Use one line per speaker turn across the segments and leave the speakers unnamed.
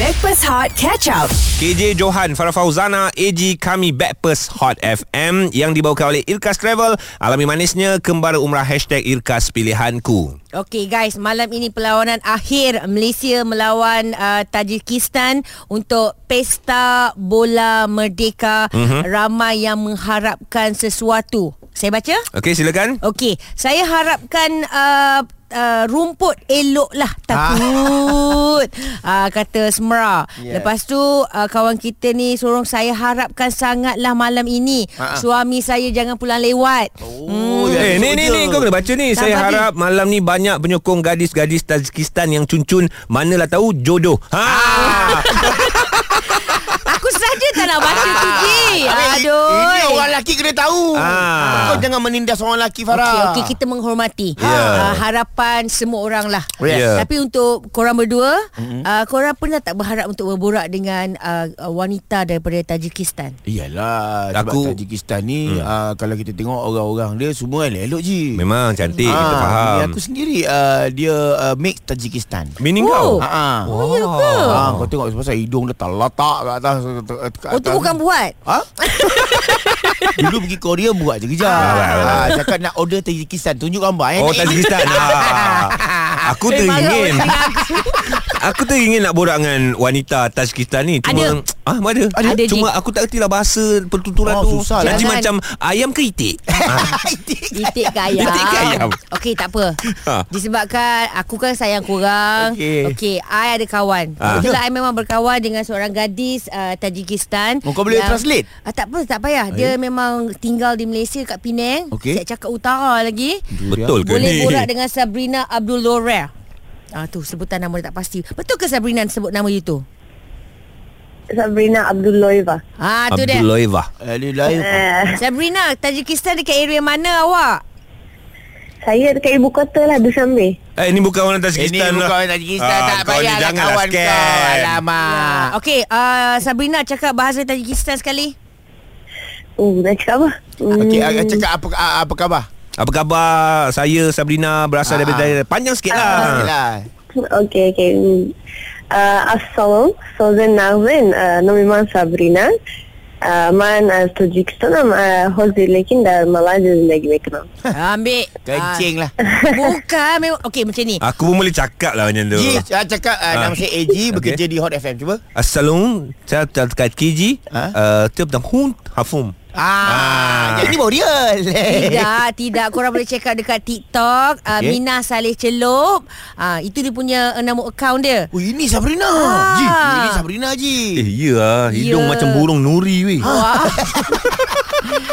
Backpass Hot Catch Up.
KJ Johan, Farah Fauzana, AG kami Backpast Hot FM yang dibawakan oleh Irkas Travel. Alami manisnya kembara umrah hashtag Irkas Pilihanku.
Okey guys, malam ini perlawanan akhir Malaysia melawan uh, Tajikistan untuk Pesta Bola Merdeka.
Mhm.
Mm-hmm. Ramai yang mengharapkan sesuatu. Saya baca?
Okey, silakan.
Okey, saya harapkan uh, Uh, rumput elok lah takut ah. uh, kata Semra yes.
Yes.
lepas tu uh, kawan kita ni sorong saya harapkan sangatlah malam ini
Ah, ah.
suami saya jangan pulang lewat
Oh, dah
Ya,
Eh,
esok
ni, ni,
je.
ni, kau kena baca ni.
Tak
Saya
apa,
harap malam ni banyak penyokong gadis-gadis Tajikistan yang cuncun. Manalah tahu jodoh. Ha!
Ah. aku saja tak nak baca tu G
Habis,
aduh
Ah, Ini orang lelaki kena tahu.
Ah.
Kau jangan menindas orang lelaki
Okey,
Farah.
okey kita menghormati
Ya.
yeah. uh, harapan semua orang lah.
Yes.
Ya.
Tapi untuk korang berdua, mm-hmm. uh, korang pernah tak berharap untuk berborak dengan uh, uh, wanita daripada Tajikistan?
Iyalah sebab
Aku-
Aku, Tajikistan ni hmm. uh, kalau kita tengok orang-orang dia semua elok-elok je.
Memang cantik,
Ah,
kita faham.
Ya,
Aku sendiri uh, dia uh, mix Tajikistan.
Bini
Oh.
kau?
Ha ah.
Oh, ya ke?
Ah, kau tengok pasal hidung dia tak letak kat atas. Kat
Oh, tu
atas
bukan
ni.
buat.
Ha? Dulu pergi Korea buat je kejap. Ah, cakap nak order Tajikistan, tunjuk gambar eh.
Oh,
Nak-
Tajikistan. ha. Aku
Eh,
teringin.
marah orang
Aku teringin nak borak dengan wanita Tajikistan ni. Cuma, Ah, ada.
Ada. Ada, Ji.
Cuma aku tak ertilah bahasa pertuturan
Oh,
tu.
susah lah.
Nanti
Jangan.
macam ayam ke itik? Ah.
Itik ke ayam
Itik ke ayam?
Okey tak apa
Ha.
Disebabkan Aku kan sayang korang
Okey. Ha.
Okey I ada kawan
Ah.
Kebetulan I memang berkawan Dengan seorang gadis uh, Tajikistan
Oh, kau boleh
yang-
translate?
Ah, Tak apa tak payah Dia memang tinggal di Malaysia Kat Penang
Okey.
Siap cakap utara lagi
Betul ke
Boleh
ni?
borak dengan Sabrina Abdul Lorel Ah tu sebutan nama dia tak pasti. Betul ke Sabrina sebut nama you tu?
Sabrina Abdulloeva.
Ah tu dia.
Abdulloeva.
Aduh, Eh, lain.
Uh,
Sabrina, Tajikistan dekat area mana awak?
saya dekat ibu kota lah Dushanbe.
Eh, ni bukan orang
Ini
Tajikistan lah.
bukan Tajikistan
Ah,
Tak
kau ni
payahlah
janganlah
kawan
scam.
kau
Ah,
Alamak
Okey, uh, Sabrina cakap bahasa Tajikistan sekali.
Oh, nak cakap apa?
Okey,
Hmm,
ah, cakap apa ah, apa khabar?
Apa khabar? Saya Sabrina berasal
Ah.
daripada panjang sikit
Ah.
lah.
Yelah.
Okey, okey. Hmm. Uh, Assalam. Sozen Nazin. Uh, Nomi man Sabrina. Uh, man az Tajikistan am uh, hozir lekin dar Malaysia zindagi mekanam.
Ah, Ambil.
Kencing Ah. lah
Ah, bukan memang. Okey, macam ni.
Aku pun boleh cakap lah macam tu.
Ji, ah, cakap ah,
Ah.
nama saya AG Bekerja di Hot FM Cuba
Assalamualaikum. Saya tak dekat KG.
Ha?
Eh, Tiap dan hun hafum. Ah.
Ah, Yang ni baru real
Tidak, tidak. Korang boleh check out dekat TikTok. Uh,
Okey.
Mina Saleh Celup. Uh, itu dia punya uh, nama account dia.
Oh, ini Sabrina
Ah.
Ji, ini Sabrina Ji
Eh, ya lah.
Ya.
Hidung macam burung nuri
Ha,
weh.
Wah.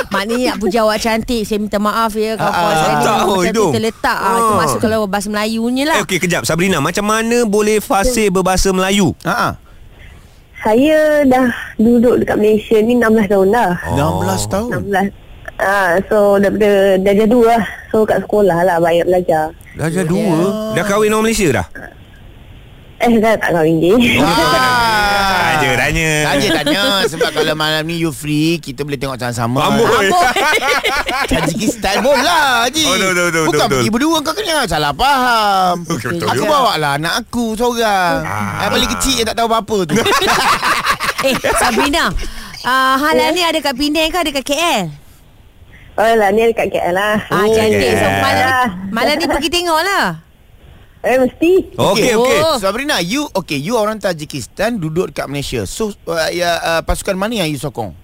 Maknanya nak puja awak cantik Saya minta maaf ya Kau
Ah,
kawan saya ni
tak,
memang
oh,
macam tu
hidung.
terletak ah. Itu
Oh.
Ah.
masuk kalau bahasa Melayunya lah
Eh, okey, kejap. Sabrina, macam mana boleh fasih berbahasa Melayu?
Ah, ah.
Saya dah duduk dekat Malaysia ni 16 tahun dah.
Oh. 16 tahun
16. Ah, so daripada darjah dua lah. So kat sekolah lah banyak belajar.
Dah jadi dua. Dah kahwin orang Malaysia dah?
Eh, dah tak kahwin je.
Ah.
Tanya, tanya.
Tanya tanya Sebab kalau malam ni you free Kita boleh tengok sama-sama
Amboi.
Tajikistan pun lah Haji
Oh, betul, betul, betul,
Bukan
betul.
pergi berdua Kau kena salah faham
Okey, betul
Aku
juga.
bawa lah anak aku seorang ah. Paling kecil yang tak tahu apa-apa tu
Eh Sabrina uh,
Oh.
Hala ni ada kat Penang ke Ada kat KL
Oh lah, ni dekat KL lah.
Oh,
Ah.
Ah cantik so,
KL.
malam, ni, malam ni pergi tengok lah
Eh, mesti.
Okey, okey.
Oh.
Sabrina you Okay you orang Tajikistan Duduk dekat Malaysia So uh, ya, uh, pasukan mana yang you sokong?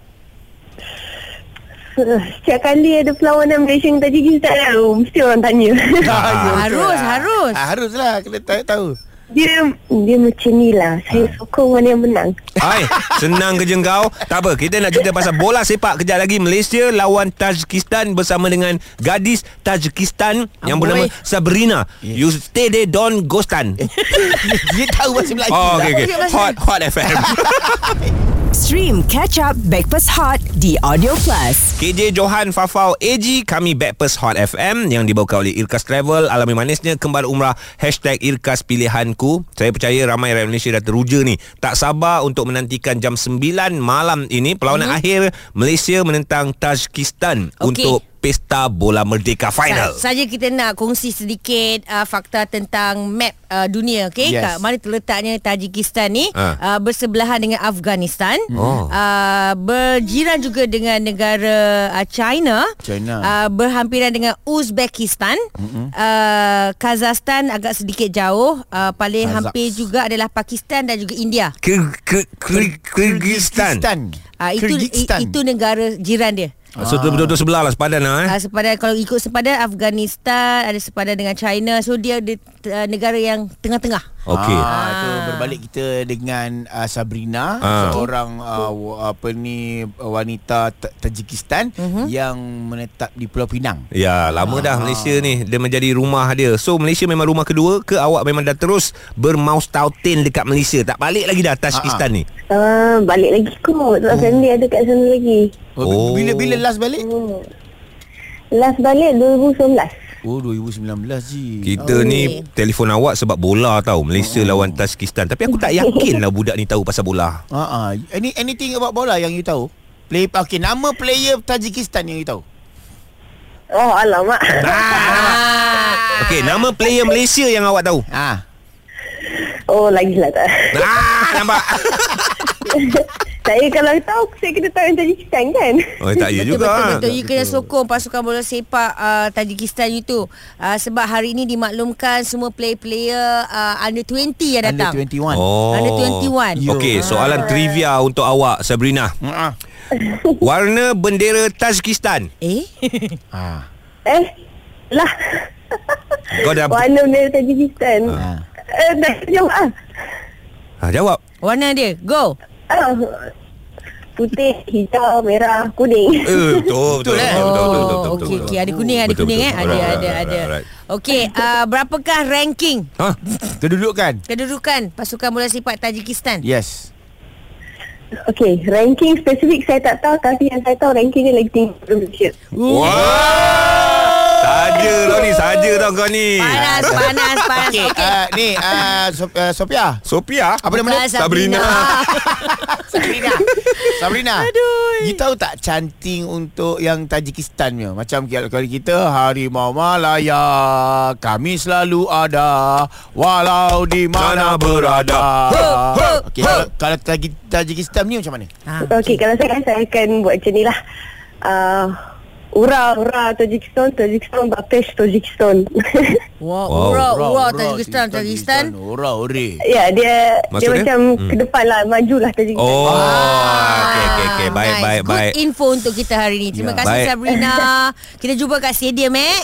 eh, Setiap kali ada perlawanan Malaysia dengan Tajikistan lah, oh, mesti orang tanya.
Ah,
Harus, harus.
ah, Harus lah Kena tahu, tahu.
dia dia macam ni lah. Saya sokong mana yang menang.
Hai, senang kerja kau. Tak apa, kita nak cerita pasal bola sepak kejap lagi. Malaysia lawan Tajikistan bersama dengan gadis Tajikistan yang
Amboi.
bernama Sabrina. You stay there, don't ghost tan.
Dia tahu bahasa Melayu
Oh,
lah.
okay, okay. Hot, hot FM.
Stream Catch Up Backpass Hot di Audio Plus.
KJ Johan Fafau AG Kami Backpast Hot FM Yang dibawa oleh Irkas Travel Alami manisnya Kembar Umrah Hashtag Irkas Pilihanku Saya percaya ramai rakyat Malaysia dah teruja ni Tak sabar untuk menantikan jam 9 malam ini Perlawanan akhir Malaysia menentang Tajikistan
Mhm. Okey.
Untuk Pesta Bola Merdeka Final.
Sa- Saja kita nak kongsi sedikit uh, fakta tentang map uh, dunia okey
Yes.
yes. kat mana terletaknya Tajikistan ni
Ah.
uh, bersebelahan dengan Afghanistan
Oh.
uh, berjiran juga dengan negara uh, China,
China.
Uh, berhampiran dengan Uzbekistan uh, Kazakhstan agak sedikit jauh uh, paling
Kazakh.
hampir juga adalah Pakistan dan juga India
Kir- Kir- Kir- Kyrgyzstan.
uh, itu i,
Kyrgyzstan.
itu negara jiran dia
So tu betul-betul sebelah lah sepadan lah eh.
Uh, sepadan kalau ikut sepadan Afghanistan ada sepadan dengan China so dia di, uh, negara yang tengah-tengah.
Okey.
Ah, tu berbalik kita dengan uh, Sabrina
Ah.
seorang uh, wa- apa ni wanita Ta- Tajikistan yang menetap di Pulau Pinang.
Ya, lama
Ah.
dah Malaysia ni dia menjadi rumah dia. So Malaysia memang rumah kedua ke awak memang dah terus bermaus tautin dekat Malaysia. Tak balik lagi
ah.
dah Tajikistan ni.
Ah, balik lagi kot sebab family ada kat sana lagi.
Oh.
Oh. Bila bila last balik?
Hmm. Last balik 2019.
Oh 2019 je.
Oh.
Kita ni telefon awak sebab bola tau. Malaysia lawan Tajikistan. Tapi aku tak yakin lah budak ni tahu pasal bola.
Ha ah. Any anything about bola yang you tahu? Play okay, nama player Tajikistan yang you tahu.
Oh alamak.
Ah.
Okey, nama player Malaysia yang awak tahu.
Ah.
Oh lagilah tak.
Ah, nampak.
Saya kalau tahu saya kena tahu yang Tajikistan kan.
Oh, tak ya
Betul,
juga.
betul, betul. You kena sokong pasukan bola sepak uh, Tajikistan you tu. Uh, sebab hari ini dimaklumkan semua player-player uh, under 20 yang
Under
datang.
21.
Oh.
Under 21.
Okey,
Ah.
soalan trivia untuk awak Sabrina.
Ah.
Warna bendera Tajikistan.
Eh?
Ah.
Eh lah.
Kau dah
Warna bendera Tajikistan.
Ah.
Eh, dah jawab ah.
ha, jawab.
Warna dia. Go.
Ah. Putih, hijau, merah,
Eh,
kuning.
betul, betul, betul, betul, betul, betul, betul,
Oh, Okey,
betul.
okey. Ada kuning, ada
Betul,
kuning
betul.
eh. Ada,
Alright,
ada,
alright,
ada.
alright, alright.
Okey, uh, berapakah ranking
Ha?
Terdudukkan.
kedudukan pasukan bola sepak Tajikistan?
kan? Yes.
Okey, ranking spesifik saya tak tahu tapi yang saya tahu ranking dia lagi tinggi daripada Malaysia.
Wah! Saja tau ni, saja tau kau ni.
Panas, panas, panas.
Okey.
Okey.
Uh, ni uh, Sop, uh, Sophia.
Sophia,
Apa nama dia?
Bukan Sabrina.
Sabrina. Sabrina. Aduh. You tahu tak canting untuk yang Tajikistan punya? Macam kalau kalau kita Harimau Malaya, kami selalu ada walau di
Mana
mana
berada.
berada.
Ho, ho,
Okey,
ho.
kalau, kalau Taji- Tajikistan ni macam mana?
Ha.
Okey, kalau saya saya akan buat macam ni lah. Uh, ura, ura, Tajikistan, Tajikistan, Bapes, Tajikistan.
Wow,
Wow.
Oh, wow. Ura, ura, Tajikistan, Tajikistan.
Ura, ure.
ya, dia
Maksud dia?
dia, macam hmm. ke depan lah, majulah Tajikistan.
Oh, okey okey okey. Baik
Nice.
baik baik.
Ah, Good info untuk kita hari ini. Terima
Ya.
kasih
Baik.
Sabrina. Kita jumpa kat stadium eh.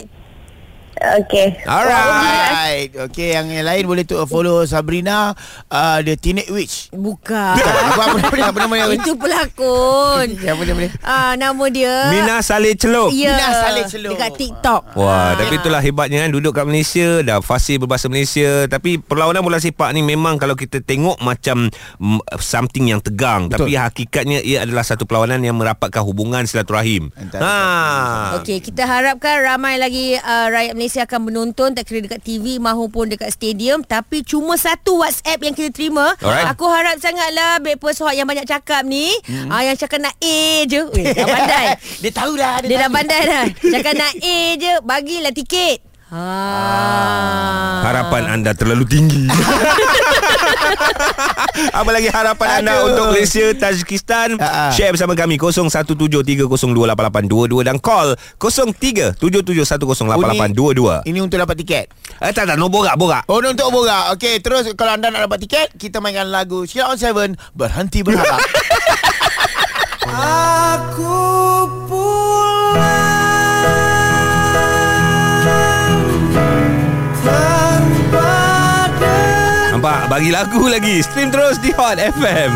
Okey.
Ah. Alright.
Alright. Okey, yang, yang lain boleh tu follow Sabrina uh, the Teenage Witch.
Bukan.
Apa apa
Ya.
nama dia? Apa nama dia?
Itu pelakon.
Siapa nama dia?
Ah, nama dia
Mina Saleh Celok.
Ya,
Mina Saleh Celuk.
Dekat TikTok. Ah,
Ah.
Wah, tapi itulah hebatnya kan duduk kat Malaysia, dah fasih berbahasa Malaysia, tapi perlawanan bola sepak ni memang kalau kita tengok macam mm, something yang tegang, Betul. tapi hakikatnya ia adalah satu perlawanan yang merapatkan hubungan silaturahim.
Antara
Ha.
Okey, kita harapkan ramai lagi uh, rakyat Malaysia akan menonton tak kira dekat TV maupun dekat stadium tapi cuma satu WhatsApp yang kita terima.
Alright. Hmm.
Aku harap sangatlah Breakfast Hot yang banyak cakap ni, mm. uh, yang cakap nak A je. Weh, dah pandai.
Dia tahu dah.
Dia dah pandai dah. Cakap nak A je, bagilah tiket. Ha.
Ah. Harapan anda terlalu tinggi. Apa lagi harapan anda
Aduh.
untuk Malaysia, Tajikistan?
Ha, ha.
Share bersama kami 0173028822 dan call 0377108822.
Ini untuk dapat tiket.
Eh tak tak, no borak-borak.
Oh, untuk borak. Okey, terus kalau anda nak dapat tiket, kita mainkan lagu Sheila on Seven, Berhenti Berharap.
Nampak? Bagi lagu lagi. Stream terus di Hot FM.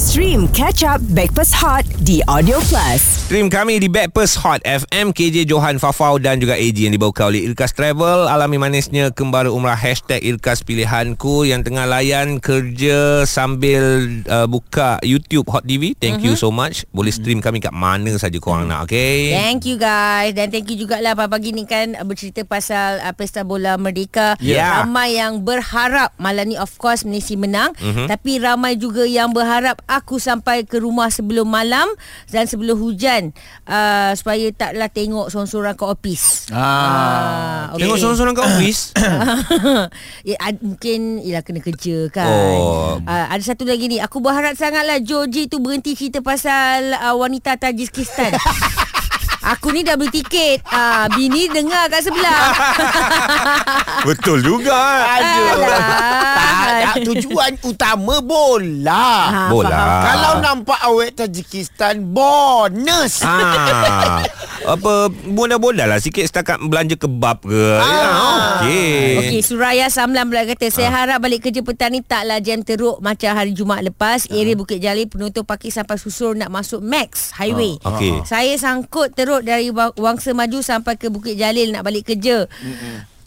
Stream Catch Up Backpass Hot di Audio Plus.
Stream kami di Backpast Hot FM KJ Johan Fafau dan juga AG yang dibawa oleh Irkas Travel Alami manisnya kembali umrah Hashtag Irkas Pilihanku Yang tengah layan kerja sambil uh, buka YouTube Hot TV Thank
Mhm.
mm-hmm. you so much Boleh stream kami kat mana saja korang nak okay?
Thank you guys Dan thank you jugalah Pagi-pagi ni kan uh, Bercerita pasal uh, Pesta Bola Merdeka
Yeah. Mhm.
Ramai yang berharap Malam ni of course Malaysia menang mm-hmm. Tapi ramai juga yang berharap aku sampai ke rumah sebelum malam dan sebelum hujan uh, supaya taklah tengok sorang-sorang kat opis.
Ah,
Okay. Tengok sorang-sorang kat office
ya, ad, mungkin ialah kena kerja kan.
Oh.
Uh, ada satu lagi ni. Aku berharap sangatlah Joji tu berhenti cerita pasal uh, wanita Tajikistan. Aku ni dah beli tiket. Uh, bini dengar kat sebelah.
Betul juga
Aduh.
Alah.
Tak, tak, tujuan utama bola.
Ah,
Bola.
faham.
Kalau nampak awet Tajikistan
Ha.
bonus.
Ha.
Ah, apa bonda-bonda lah sikit setakat belanja kebab ke. Ah. Ya, okey.
Okey, Suraya Samlan pula kata
Ah.
Saya harap balik kerja petang ni Taklah jam teruk Macam hari Jumaat lepas Area
Ah.
Bukit Jalil Penonton parking sampai susur Nak masuk Max Highway
Ah, okey.
Saya sangkut teruk Dari Wa- Wangsa Maju Sampai ke Bukit Jalil Nak balik kerja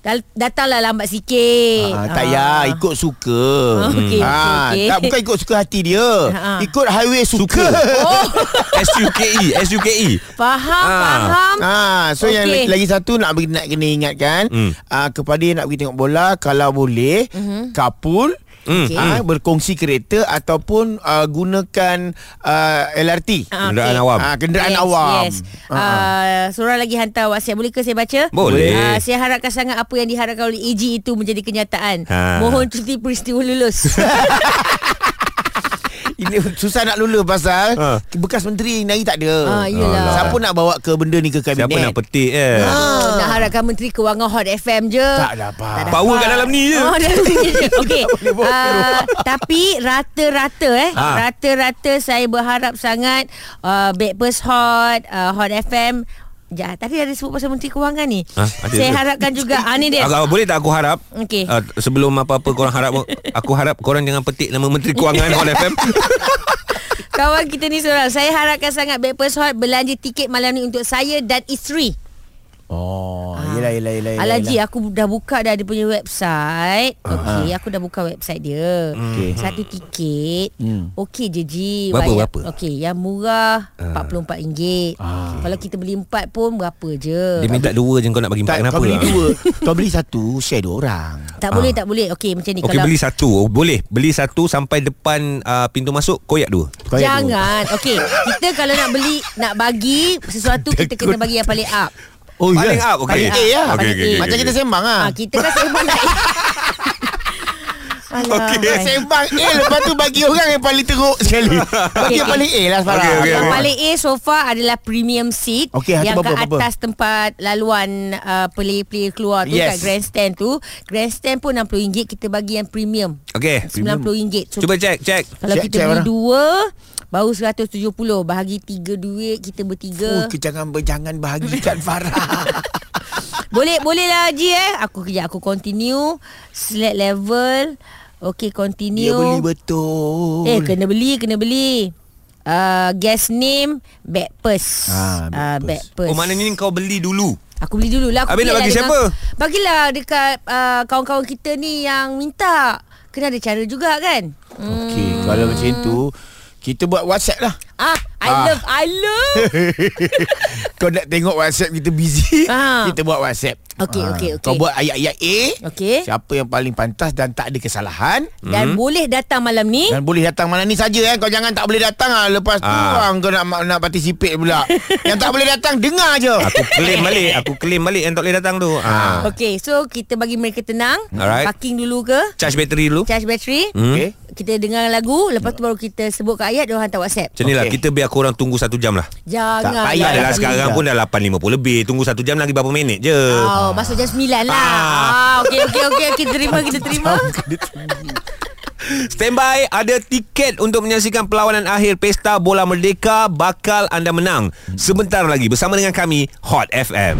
Dal- Datanglah lambat sikit
Ah,
ya,
tak payah Ikut suka
Ah, okey,
Ah,
okey, okey.
tak, Bukan ikut suka hati dia
Ah.
Ikut highway suka,
Oh
SUKE, SUKE.
Faham
Ah.
Faham
Ah, so okay. yang
Okey.
lagi, lagi satu nak bagi- nak kena ingatkan
Hmm.
mm. ah, kepada yang nak pergi tengok bola kalau boleh
Mhm.
mm-hmm. couple
Hmm.
Okay. Ah, berkongsi kereta ataupun ah, gunakan ah, LRT.
Ah,
Kenderaan
okey.
awam.
Ah, kenderaan awam.
Yes.
Ah,
Uh, Seorang lagi hantar WhatsApp. Boleh ke saya baca?
Boleh.
Ah, saya harapkan sangat apa yang diharapkan oleh AG itu menjadi kenyataan.
Ha.
Mohon cuti peristiwa lulus.
Ini susah nak lula pasal
Ah.
bekas menteri hari tak ada.
Ah, yelah.
Siapa nak bawa ke benda ni ke kabinet?
Siapa nak petik eh?
Oh, nak harapkan Menteri Kewangan Hot FM je.
tak dapat.
Tak dapat.
Power kat dalam ni je.
Oh, dalam ni je. Okey.
boleh bawa ke
Ah, tapi rata-rata eh.
Ha.
Rata-rata saya berharap sangat uh, Backpast Hot, uh, Hot FM Ja, tadi ada sebut pasal Menteri Kewangan ni.
Ah, ada
saya
ke?
harapkan juga ah ni dia.
Agak boleh tak aku harap?
Okey.
Uh, sebelum apa-apa korang harap aku harap korang jangan petik nama Menteri Kewangan Hot FM.
Kawan kita ni seorang. Saya harapkan sangat Backpast Hot belanja tiket malam ni untuk saya dan isteri.
Oh, yelah, yelah, yelah. yelah,
Ah. Alaji
yelah. Ah.
aku dah buka dah dia punya website. Okey, aku dah buka website dia.
Okey. Hmm.
Satu tiket. Okey je Ji.
Berapa,
Wayang-
berapa?
Okey, yang murah
Ah.
RM44. Kalau kita beli empat pun berapa je.
Dia minta dua je kau nak bagi empat
Tak,
kenapa?
kau beli
lah?
dua. kau beli satu, share dua orang.
tak boleh
Ah.
tak boleh. Okey, macam ni
Okey
kalau
beli satu oh, Boleh Beli satu sampai depan uh, Pintu masuk Koyak dua
Kau yang dua.
Jangan. Okey, kita kalau nak beli, nak bagi sesuatu kita kena bagi yang paling up.
Oh,
Paling up
Paling
Okey
A ya.
Okey,
Paling
okey,
A.
okey,
Macam
okey.
kita sembang ah.
Ah, kita kan sembang nak Alah,
Dia
baik.
sembang A Lepas tu bagi orang yang paling teruk sekali Bagi yang
okey.
paling A lah sekarang
Okey, okey,
Yang
okey.
paling A so far adalah premium seat
Okey, hati
yang ke
berapa, berapa?
atas tempat laluan uh, player-player keluar tu kat
Yes.
grandstand tu. Grandstand pun RM60 kita bagi yang premium.
Okey
RM90. So,
Cuba cek cek
kalau
Check,
kita
check
beli
barang.
dua baru 170 bahagi tiga duit kita
Oh,
bertiga.
ke- jangan jangan bahagikan Farah.
boleh boleh lah Haji eh. Aku kejap aku continue select level. Okey continue.
Dia beli
oh.
betul.
Eh kena beli Kena beli uh, Guest name Backpast
Ah,
Ah,
Backpast.
Backpast
Oh maknanya ni kau beli dulu
Aku beli dulu lah Aku
Habis nak
belilah
bagi
dengan-
siapa?
Bagilah dekat uh, Kawan-kawan kita ni Yang minta Kena ada cara juga kan hmm.
Okey, kalau macam tu kita buat WhatsApp lah.
Ah, I
Ah.
love I love
Kau nak tengok WhatsApp kita busy,
Ah.
kita buat WhatsApp.
Okey,
Ah,
okey,
Kau
okey.
buat ayat-ayat A.
Okey.
Siapa yang paling pantas dan tak ada kesalahan
Hmm.
Dan boleh datang malam ni
dan boleh datang malam ni saja eh. Kau jangan tak boleh datang ah lepas tu
Ah.
ah. kau nak nak participate pula. yang tak boleh datang dengar je.
Aku claim balik Aku claim balik Yang tak boleh datang tu
Ah.
ha.
Okay so kita bagi mereka tenang
Alright.
Parking dulu ke
Charge bateri dulu
Charge bateri
Hmm.
Okey. Kita
Kita dengar lagu Lepas tu baru kita sebutkan ayat Dia hantar whatsapp
Macam ni lah
Okey.
Kita biar korang tunggu satu jam lah
Jangan
Tak
payah Ya,
adalah
dah
sekarang
dah.
pun dah 8.50 lebih Tunggu satu jam lagi berapa minit je
Ah.
Oh, masuk jam 9 lah.
Ah.
Ah. ah okey okey okey kita terima kita terima.
Stand by Ada tiket untuk menyaksikan perlawanan akhir Pesta Bola Merdeka Bakal anda menang Sebentar lagi bersama dengan kami Hot FM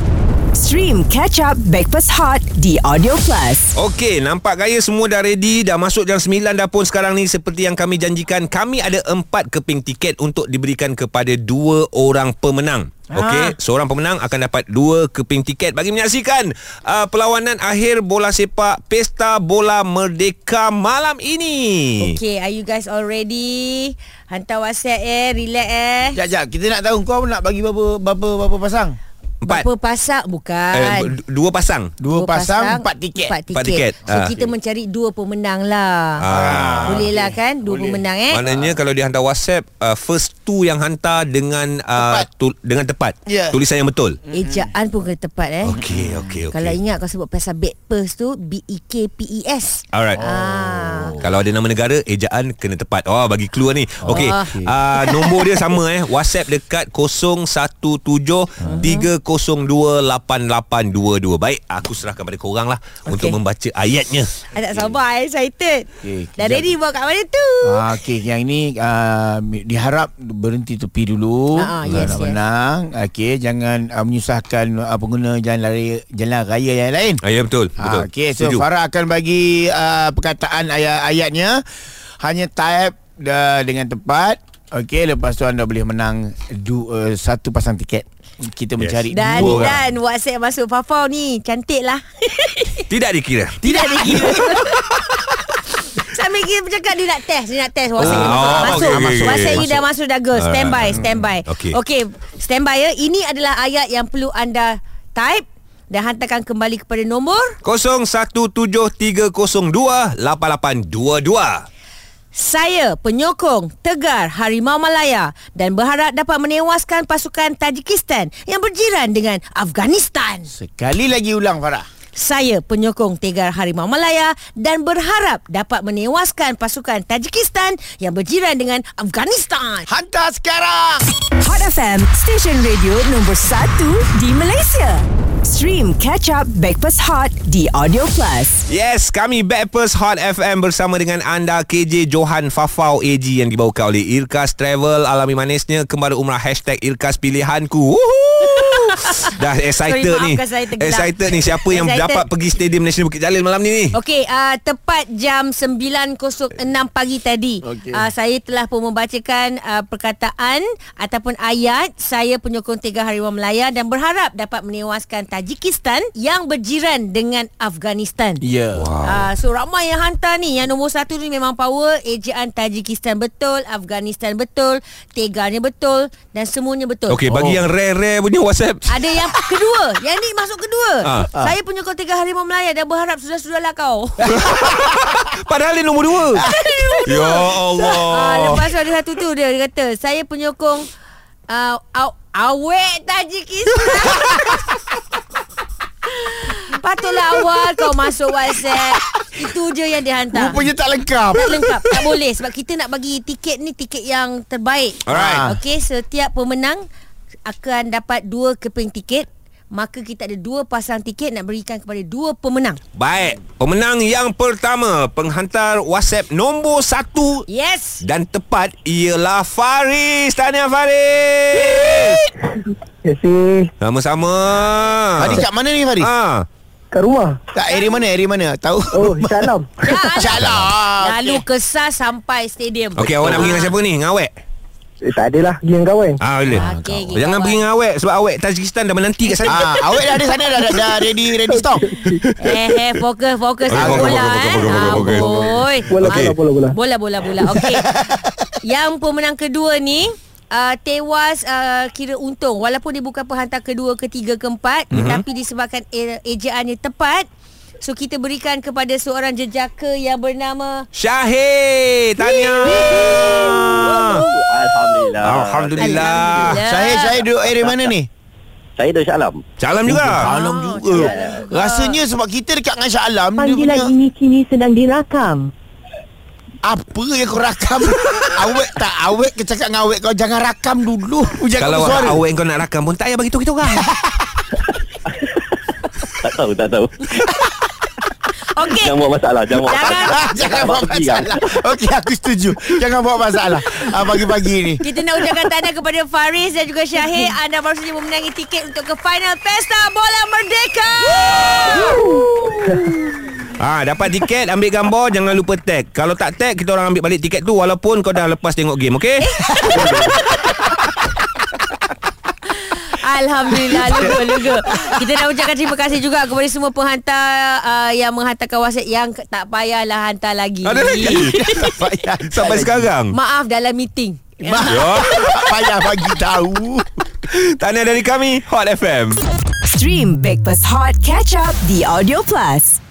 Stream Catch Up Breakfast Hot di Audio Plus.
Okey, nampak gaya semua dah ready Dah masuk jam 9 dah pun sekarang ni Seperti yang kami janjikan Kami ada 4 keping tiket Untuk diberikan kepada dua orang pemenang
Ah.
Okey, seorang pemenang akan dapat dua keping tiket bagi menyaksikan uh, perlawanan akhir bola sepak Pesta Bola Merdeka malam ini.
Okey, are you guys all ready? Hantar WhatsApp eh, relax eh.
Jap jap, kita nak tahu kau nak bagi berapa berapa berapa pasang?
Empat.
Berapa pasak bukan?
Eh, d- dua pasang.
Dua pasang, empat tiket.
Empat tiket.
Empat tiket.
So
Ah.
kita mencari dua pemenang lah.
Ah.
Boleh lah kan? Dua
Boleh.
pemenang eh.
Maknanya kalau dia hantar WhatsApp uh, first two yang hantar dengan uh,
Tepat.
tu, dengan tepat.
Ya.
Tulisan yang betul.
Ejaan Eh, pun kena tepat eh.
Okey, okey, okey.
Kalau ingat kau sebut pasal backpers tu E B-E-K-P-E-S
Alright.
Ah.
Oh. Kalau ada nama negara, ejaan kena tepat. Oh, bagi clue ni. Okey.
Oh.
Uh, nombor dia sama eh. WhatsApp dekat 0173028822. Baik, aku serahkan pada korang lah okay. untuk membaca ayatnya.
I tak sabar I excited
Okey,
Dah
kejap.
ready buat kat mana tu
Ah, okay, yang ni ah, mi- diharap berhenti tepi dulu.
Ah, ah, yes,
Nak
yes.
Menang. Okay, jangan ah, menyusahkan ah, pengguna jalan raya, jalan raya yang lain.
Ah, ya betul, betul.
Ah, okay, so
Setuju.
Farah akan bagi ah, perkataan ayat-ayatnya. Hanya type dah dengan tepat. Okay, lepas tu anda boleh menang du, uh, satu pasang tiket. Kita mencari
Dan
lah.
dua orang.
dan kan? WhatsApp masuk Fafau ni Cantik lah
Tidak dikira.
Tidak dikira Sambil kita bercakap Dia nak test Dia nak test WhatsApp dia
Oh,
masuk,
oh,
masuk.
okey, okey, okey. Ah,
WhatsApp you dah masuk dah girl Stand by Stand by
Okey.
okay Stand by ya Ini adalah ayat yang perlu anda Type Dan hantarkan kembali kepada nombor
0173028822.
Saya penyokong tegar Harimau Malaya dan berharap dapat menewaskan pasukan Tajikistan yang berjiran dengan Afghanistan.
Sekali lagi ulang Farah.
Saya penyokong tegar Harimau Malaya dan berharap dapat menewaskan pasukan Tajikistan yang berjiran dengan Afghanistan.
Hantar sekarang!
Hot FM, stesen radio nombor 1 di Malaysia. Stream Catch Up Backpass Hot di Audio Plus.
Yes, kami Backpers Hot FM bersama dengan anda KJ Johan Fafau AG yang dibawakan oleh Irkas Travel Alami Manisnya Kembali Umrah Hashtag Irkas Pilihanku Woohoo! Dah excited
Sorry,
ni
maafkan saya tergelak.
Excited ni Siapa yang
Excited.
dapat pergi Stadium National Bukit Jalil malam ni ni
Okey, uh, tepat jam 9.06 pagi tadi okay.
Okey.
uh, Saya telah pun membacakan uh, perkataan ataupun ayat Saya penyokong Tiga Harimau Melaya Dan berharap dapat menewaskan Tajikistan Yang berjiran dengan Afghanistan
Ya. Yeah.
Wow. Uh, so ramai yang hantar ni Yang nombor satu ni memang power Ejaan Tajikistan betul Afghanistan betul Teganya betul Dan semuanya betul
Okey, bagi
Oh.
yang rare-rare punya WhatsApp
ada yang kedua Yang ni masuk kedua
Ah.
ah. Saya punya kau tiga harimau Melaya Dan berharap sudah-sudahlah kau
Padahal dia nombor dua Ya
Ah,
Allah
lepas tu ada satu tu dia, dia kata saya penyokong uh, aw, awet Tajikistan. Patutlah awal kau masuk WhatsApp. Itu je yang dia hantar.
Rupanya tak lengkap.
tak lengkap Tak boleh Sebab kita nak bagi tiket ni Tiket yang terbaik
Alright.
Okay Setiap pemenang Akan dapat dua keping tiket Maka kita ada dua pasang tiket Nak berikan kepada dua pemenang
Baik, pemenang yang pertama Penghantar WhatsApp nombor satu
Yes
Dan tepat ialah Faris. Tahniah Faris.
Terima kasih.
Sama-sama. Ha.
Faris kat mana ni Faris?
Ah.
Kat rumah.
Tak area mana? Area mana? Tahu?
Oh, salam.
Insya-Allah.
Lalu kesah sampai stadium
Okey, awak nak pergi dengan siapa ni? Dengan awek?
Eh, tak adalah pergi dengan kawan.
Ah, boleh.
Okey, okey,
Jangan
kawan.
pergi dengan awek sebab awek Tajikistan dah menanti kat sana.
Ah, awet dah ada sana dah, dah, dah ready ready stock.
Eh, eh, fokus, fokus. Okay,
Okey, fokus,
bola,
fokus,
eh.
fokus, fokus, fokus, fokus.
Amboi.
Bola,
Okey.
bola, bola, bola.
Bola, bola, bola. Okey. Yang pemenang kedua ni, Uh, tewas uh, kira untung walaupun dia bukan penghantar kedua ketiga keempat
Mhm.
mm-hmm. tetapi disebabkan e- ejaannya tepat so kita berikan kepada seorang jejaka yang bernama
Syahid. Tahniah.
Alhamdulillah.
Ya.
Alhamdulillah.
Syahid, Syahid duduk area mana ni?
Saya dari Shah Alam.
Salam juga.
Ah, Alam juga. Rasanya sebab kita dekat dengan Shah Alam dia punya
Panggilan ini kini sedang dirakam.
apa yang kau rakam? awet tak awet ke cakap dengan awet kau jangan rakam dulu. Jangan
Kalau
bersuara.
awek kau nak rakam pun tak payah bagi tahu kita orang.
Tak tahu, tak tahu.
okey
Jangan buat masalah, jangan buat kan?
Jangan.
masalah.
Ah, jangan buat
kan?
pertigaan.
masalah. Okey, aku setuju. Jangan buat masalah. Ah, pagi-pagi ni.
kita nak ucapkan tahniah kepada Faris dan juga Syahir anda baru saja memenangi tiket untuk ke final pesta bola merdeka
Ah, dapat tiket, ambil gambar, jangan lupa tag. Kalau tak tag, kita orang ambil balik tiket tu walaupun kau dah lepas tengok game, okey?
Alhamdulillah Luga luga Kita nak ucapkan terima kasih juga Kepada semua penghantar uh, Yang menghantarkan whatsapp Yang ke- tak payahlah hantar lagi
Ada lagi.
Tak payah.
Sampai sekarang.
Maaf dalam meeting
Ma-
Ya.
tak payah bagi tahu.
Tahniah dari kami Hot FM
Stream Breakfast Hot Catch Up The Audio Plus.